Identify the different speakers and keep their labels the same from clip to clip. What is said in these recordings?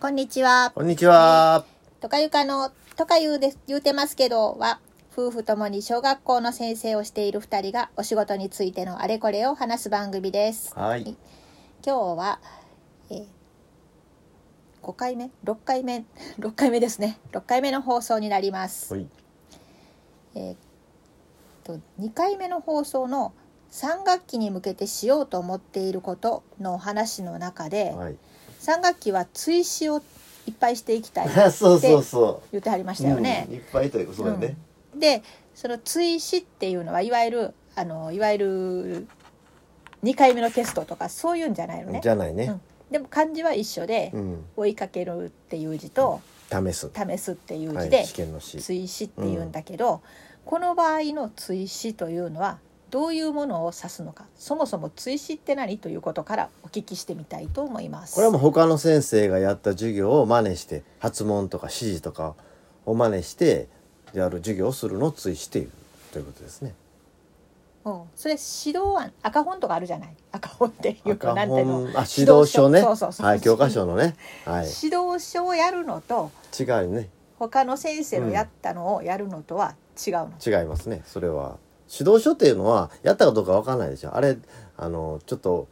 Speaker 1: こんにちは。
Speaker 2: こんにちは。
Speaker 1: とかゆかの、とかゆうです、言うてますけどは、夫婦ともに小学校の先生をしている二人がお仕事についてのあれこれを話す番組です。
Speaker 2: はい。
Speaker 1: 今日は、えー、5回目 ?6 回目 ?6 回目ですね。6回目の放送になります。
Speaker 2: はい。
Speaker 1: えーっと、2回目の放送の3学期に向けてしようと思っていることのお話の中で、
Speaker 2: はい。
Speaker 1: 3学期は追試をいっぱいしていきたい
Speaker 2: そうそうそ
Speaker 1: 言ってはりまし
Speaker 2: う。
Speaker 1: たよね。
Speaker 2: うんいっぱいというか、そうだね。
Speaker 1: でその追試っていうのはいわゆるあのいわゆる2回目のテストとかそういうんじゃないのね
Speaker 2: じゃない
Speaker 1: うん
Speaker 2: ね。
Speaker 1: でも漢字は一緒で、
Speaker 2: うん。
Speaker 1: 追いかけるっていう字と
Speaker 2: 試す。
Speaker 1: 試すっていう
Speaker 2: は
Speaker 1: 字
Speaker 2: い。
Speaker 1: で
Speaker 2: 試験のし。
Speaker 1: 追試っていうんだけど、この場合の追試というのはどういうものを指すのかそもそも追試って何ということからお聞きしてみたいと思います。
Speaker 2: これはもう他の先生がやった授業を真似して、発問とか指示とかを真似して、やる授業をするのを追試っていう、ということですね。
Speaker 1: うん、それ指導案赤本とかあるじゃない赤本っていうか
Speaker 2: 赤
Speaker 1: なんていうの
Speaker 2: 本、あ、指導書ね。
Speaker 1: そうそうそう
Speaker 2: はい、教科書のね。はい。
Speaker 1: 指導書をやるのと
Speaker 2: 違いね。
Speaker 1: 他の先生のやったのをやるのとは違うの、
Speaker 2: 違いますねそれは指導書っていうのはやったかどうかわかんないでしょあれあのちょっと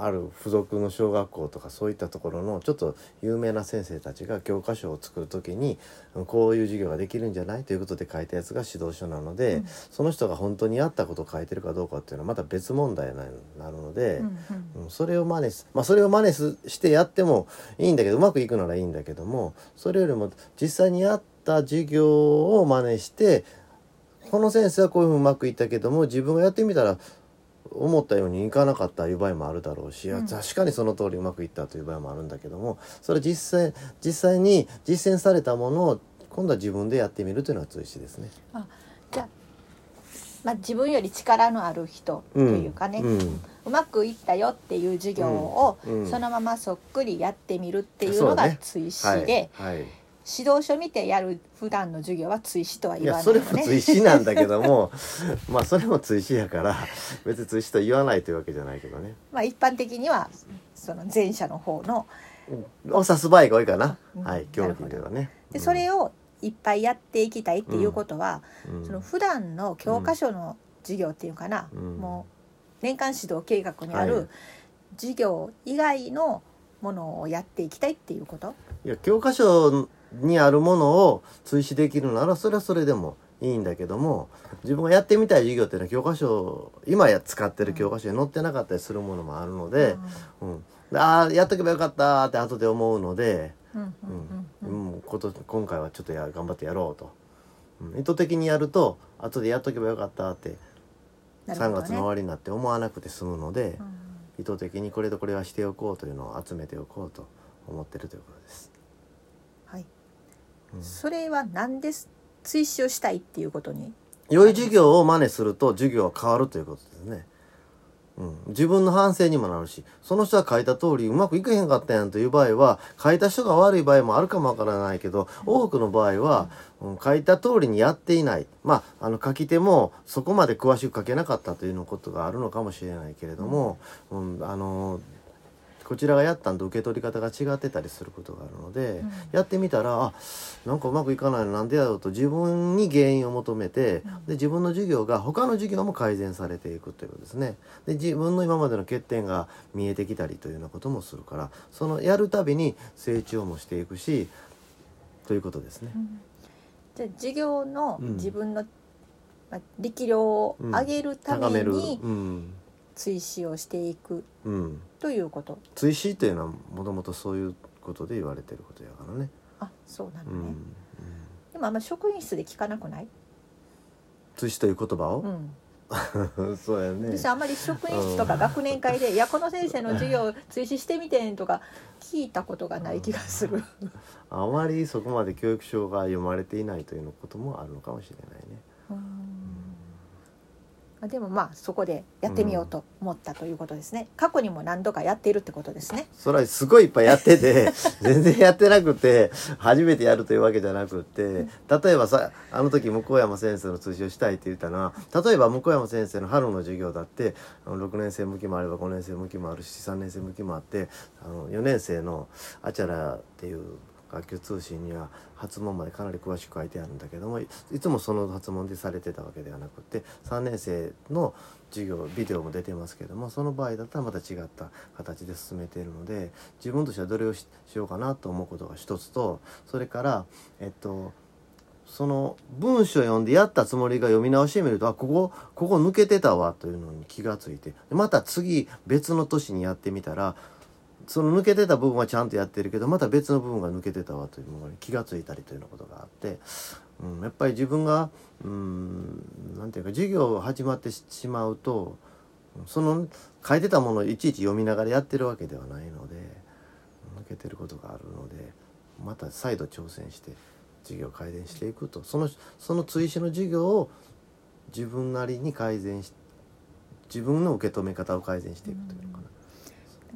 Speaker 2: ある付属の小学校とかそういったところのちょっと有名な先生たちが教科書を作る時にこういう授業ができるんじゃないということで書いたやつが指導書なので、
Speaker 1: うん
Speaker 2: その人が本当にやったことを書いてるかどうかっていうのはまた別問題になるので、
Speaker 1: うんうん
Speaker 2: うんそれを真似す、まあ、それを真似すしてやってもいいんだけどうまくいくならいいんだけどもそれよりも実際にやった授業を真似してこの先生はこういうふうにうまくいったけども自分がやってみたら思ったようにいかなかったいう場合もあるだろうし、いや
Speaker 1: うん
Speaker 2: 確かにその通りうまくいったという場合もあるんだけどもそれ実際実際に実践されたものを今度は自分でやってみるというのは追試ですね。
Speaker 1: じゃあまあ、自分より力のある人と
Speaker 2: ん
Speaker 1: いうかね、う
Speaker 2: うん
Speaker 1: まくいったよっていう授業を
Speaker 2: うんうん
Speaker 1: そのままそっくりやってみるっていうのが追試で、
Speaker 2: はいはい
Speaker 1: 指導書見てやる普段の授業は追試とはい言
Speaker 2: や
Speaker 1: わない
Speaker 2: そ
Speaker 1: よ
Speaker 2: れ
Speaker 1: ね。
Speaker 2: も追試なんだけども まあそれも追試やから別に追試と言わないというわけじゃないけどね
Speaker 1: まあ、一般的にはその前者の方の
Speaker 2: を指す場合が多いかな、
Speaker 1: うん
Speaker 2: はい
Speaker 1: な
Speaker 2: 教
Speaker 1: るほど
Speaker 2: 育ではね
Speaker 1: でそれをいっぱいやっていきたいっていうことは、
Speaker 2: うん
Speaker 1: その普段の教科書の授業っていうかな、
Speaker 2: うん
Speaker 1: もう年間指導計画にあ
Speaker 2: はい
Speaker 1: る授業以外のものをやっていきたいっていうこと、
Speaker 2: いや教科書にあるものを追試できるならそれはそれでもいいんだけども自分がやってみたい授業っていうのは教科書今や使ってる教科書に載ってなかったりするものもあるので、うんああやっとけばよかったって後で思うので。
Speaker 1: うんうんう
Speaker 2: うん
Speaker 1: うん
Speaker 2: ん、こと今回はちょっとや頑張ってやろうと、うん、意図的にやると後でやっとけばよかったって、
Speaker 1: なる
Speaker 2: 3
Speaker 1: ほど
Speaker 2: 月の
Speaker 1: ね
Speaker 2: 終わりになって思わなくて済むので、意図的にこれとこれはしておこうというのを集めておこうと思ってるということです。
Speaker 1: はい
Speaker 2: うん
Speaker 1: それは何です追試をしたいっていうことに、
Speaker 2: 良い授業を真似すると授業は変わるということですね。うん、自分の反省にもなるしその人が書いた通りうまくいかへんかったやんという場合は書いた人が悪い場合もあるかもわからないけど多くの場合は、うん、書いた通りにやっていないまああの書き手もそこまで詳しく書けなかったというのことがあるのかもしれないけれども、うんあのこちらがやったんと受け取り方が違ってたりすることがあるので、
Speaker 1: うん
Speaker 2: やってみたらあなんかうまくいかないのなんでやろうと自分に原因を求めて、で自分の授業が他の授業も改善されていくということですね。で自分の今までの欠点が見えてきたりというようなこともするからそのやるたびに成長もしていくしということですね。
Speaker 1: じゃあ授業の
Speaker 2: うん
Speaker 1: 自分の、まあ、力量を上げるた
Speaker 2: 高
Speaker 1: め
Speaker 2: める、う
Speaker 1: に
Speaker 2: ん
Speaker 1: 追試をしていく
Speaker 2: うん、
Speaker 1: ということ
Speaker 2: 追試というのはもともとそういうことで言われてることやからね。
Speaker 1: あそうなの
Speaker 2: う
Speaker 1: ね、
Speaker 2: ん、
Speaker 1: でもあんま職員室で聞かなくない、
Speaker 2: 追試という言葉
Speaker 1: う
Speaker 2: を、
Speaker 1: ん
Speaker 2: そうやね
Speaker 1: 私あんまり職員室とか
Speaker 2: うん
Speaker 1: 学年会で「いやこの先生の授業追試してみてん」とか聞いたことがない気がする
Speaker 2: あまりそこまで教育書が読まれていないというようなこともあるのかもしれないね。
Speaker 1: うんあでもまあそこでやってみようと思ったということですね、過去にも何度かやっているってことですね
Speaker 2: それはすごいいっぱいやってて 全然やってなくて初めてやるというわけじゃなくて例えばさあの時向山先生の通をしたいって言ったのは例えば向山先生の春の授業だってあの6年生向きもあれば5年生向きもあるし3年生向きもあってあの4年生のあちゃらっていう学級通信には発問までかなり詳しく書いてあるんだけどもいいつもその発問でされてたわけではなくて3年生の授業ビデオも出てますけどもその場合だったらまた違った形で進めているので自分としてはどれをししようかなと思うことが一つとそれからえっとその文章読んでやったつもりが読み直してみるとあここここ抜けてたわというのに気がついてまた次別の年にやってみたらその抜けてた部分はちゃんとやってるけどまた別の部分が抜けてたわというものに気がついたりというようなことがあって、うん、やっぱり自分がうんなんていうか授業が始まってししまうとその書いてたものをいちいち読みながらやってるわけではないので抜けてることがあるのでまた再度挑戦して授業を改善していくとそのその追試の授業を自分なりに改善し自分の受け止め方を改善していくというのかな。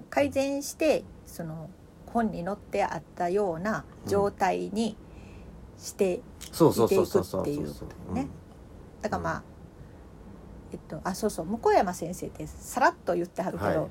Speaker 1: 改善してその本に載ってあったような状態にして、
Speaker 2: そうそうそうそうそ
Speaker 1: 見
Speaker 2: う
Speaker 1: ていくっていう
Speaker 2: そ
Speaker 1: こ
Speaker 2: う
Speaker 1: とだよねだからまあ、えっとあそうそう向山先生ってさらっと言ってはるけど、
Speaker 2: はい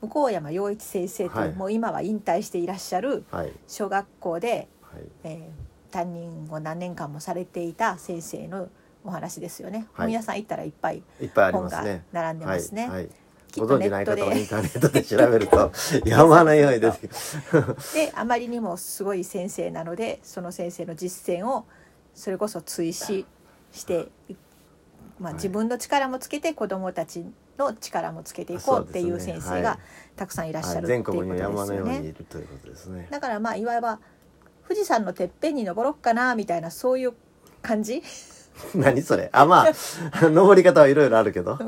Speaker 1: 向山陽一先生という、
Speaker 2: はい
Speaker 1: もう今は引退していらっしゃる
Speaker 2: うんはい
Speaker 1: 小学校で、
Speaker 2: はい
Speaker 1: えー担任を何年間もされていた先生のお話ですよね。
Speaker 2: はい
Speaker 1: 本屋さん行ったらいっぱい
Speaker 2: いっぱいあり
Speaker 1: 本
Speaker 2: ます
Speaker 1: が
Speaker 2: ね。
Speaker 1: 並んでますね。
Speaker 2: はいはい、
Speaker 1: きっ
Speaker 2: ご
Speaker 1: と
Speaker 2: 存
Speaker 1: ネ
Speaker 2: 知な
Speaker 1: ッ
Speaker 2: い
Speaker 1: トで
Speaker 2: 方はインターネットで調べると山のように出てくる。
Speaker 1: であまりにもすごい先生なのでその先生の実践をそれこそ追試して、ま
Speaker 2: は
Speaker 1: あ、
Speaker 2: い
Speaker 1: 自分の力もつけて子どもたちの力もつけていこうっていう
Speaker 2: そ
Speaker 1: 先
Speaker 2: うですね
Speaker 1: 生
Speaker 2: は
Speaker 1: が
Speaker 2: い
Speaker 1: たくさんいらっし
Speaker 2: は
Speaker 1: ゃ
Speaker 2: い
Speaker 1: るっていう
Speaker 2: 全
Speaker 1: こと
Speaker 2: 国
Speaker 1: で
Speaker 2: に
Speaker 1: す
Speaker 2: 山のよ
Speaker 1: よ
Speaker 2: う
Speaker 1: ね
Speaker 2: に。ということですね。
Speaker 1: だからまあいわば富士山のてっぺんに登ろっかなみたいなそういう感じ
Speaker 2: 何それ？あまあ登り方はいろいろあるけど。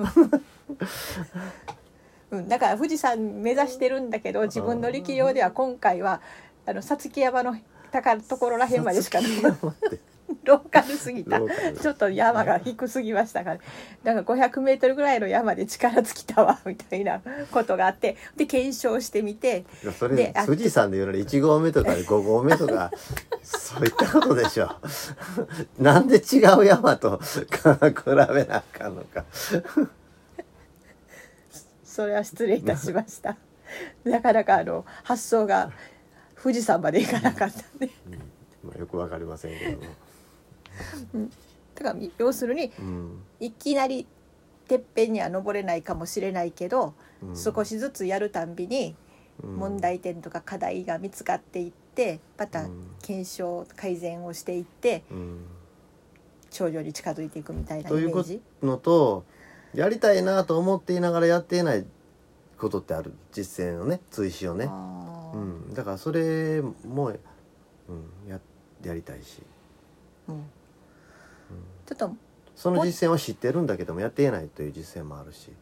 Speaker 1: うん、だから富士山目指してるんだけど自分の力量では今回はあのさつき山の高いところらへんまでしか ローカルすぎた
Speaker 2: ローカル
Speaker 1: ちょっと山が低すぎましたからなんか5 0 0ルぐらいの山で力尽きたわ みたいなことがあってで検証してみて
Speaker 2: いやそれ
Speaker 1: であ
Speaker 2: 富士山で言うのら1合目とか5合目とかそういったことでしょうなんで違う山と比べなあかんのか
Speaker 1: それは失礼いたしました なかなかあの発想が富士山までいかなかったんで
Speaker 2: まあよくわかりませんけ ども、
Speaker 1: だから要するに
Speaker 2: うん
Speaker 1: いきなりてっぺんには登れないかもしれないけど、
Speaker 2: うん
Speaker 1: 少しずつやるたんびに
Speaker 2: うん
Speaker 1: 問題点とか課題が見つかっていってま
Speaker 2: う
Speaker 1: た
Speaker 2: ん
Speaker 1: 検証改善をしていって
Speaker 2: うん
Speaker 1: 頂上に近づいていくみたいなイ
Speaker 2: と
Speaker 1: メ
Speaker 2: いう
Speaker 1: ー
Speaker 2: こ
Speaker 1: ジ。
Speaker 2: とのとやりたいなと思っていながらやっていないことってある実践をね追試をね、
Speaker 1: あ
Speaker 2: う
Speaker 1: ー
Speaker 2: ん、だからそれも、うん、ややりたいし
Speaker 1: うんちょっと
Speaker 2: その実践は知ってるんだけどもやっていないという実践もあるし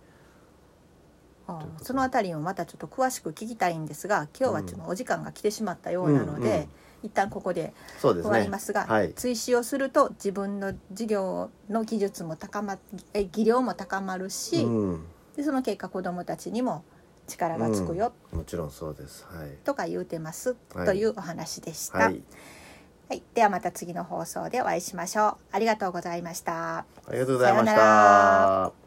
Speaker 1: あー
Speaker 2: ということ
Speaker 1: そのあたりもまたちょっと詳しく聞きたいんですが今日はちょっとお時間が来てしまったようなので、
Speaker 2: うんうん
Speaker 1: 一旦ここで
Speaker 2: そう
Speaker 1: 終
Speaker 2: ですね
Speaker 1: わりますが
Speaker 2: はい、
Speaker 1: 追試をすると自分の事業の技術も高まえ技量も高まるし、
Speaker 2: うん、
Speaker 1: でその結果子どもたちにも力がつくよ
Speaker 2: うんもちろんそうですはい、
Speaker 1: とか言うてます、
Speaker 2: はい
Speaker 1: というお話でした、
Speaker 2: はい、
Speaker 1: はい、ではまた次の放送でお会いしましょうありがとうございました
Speaker 2: ありがとうございまし
Speaker 1: さような
Speaker 2: た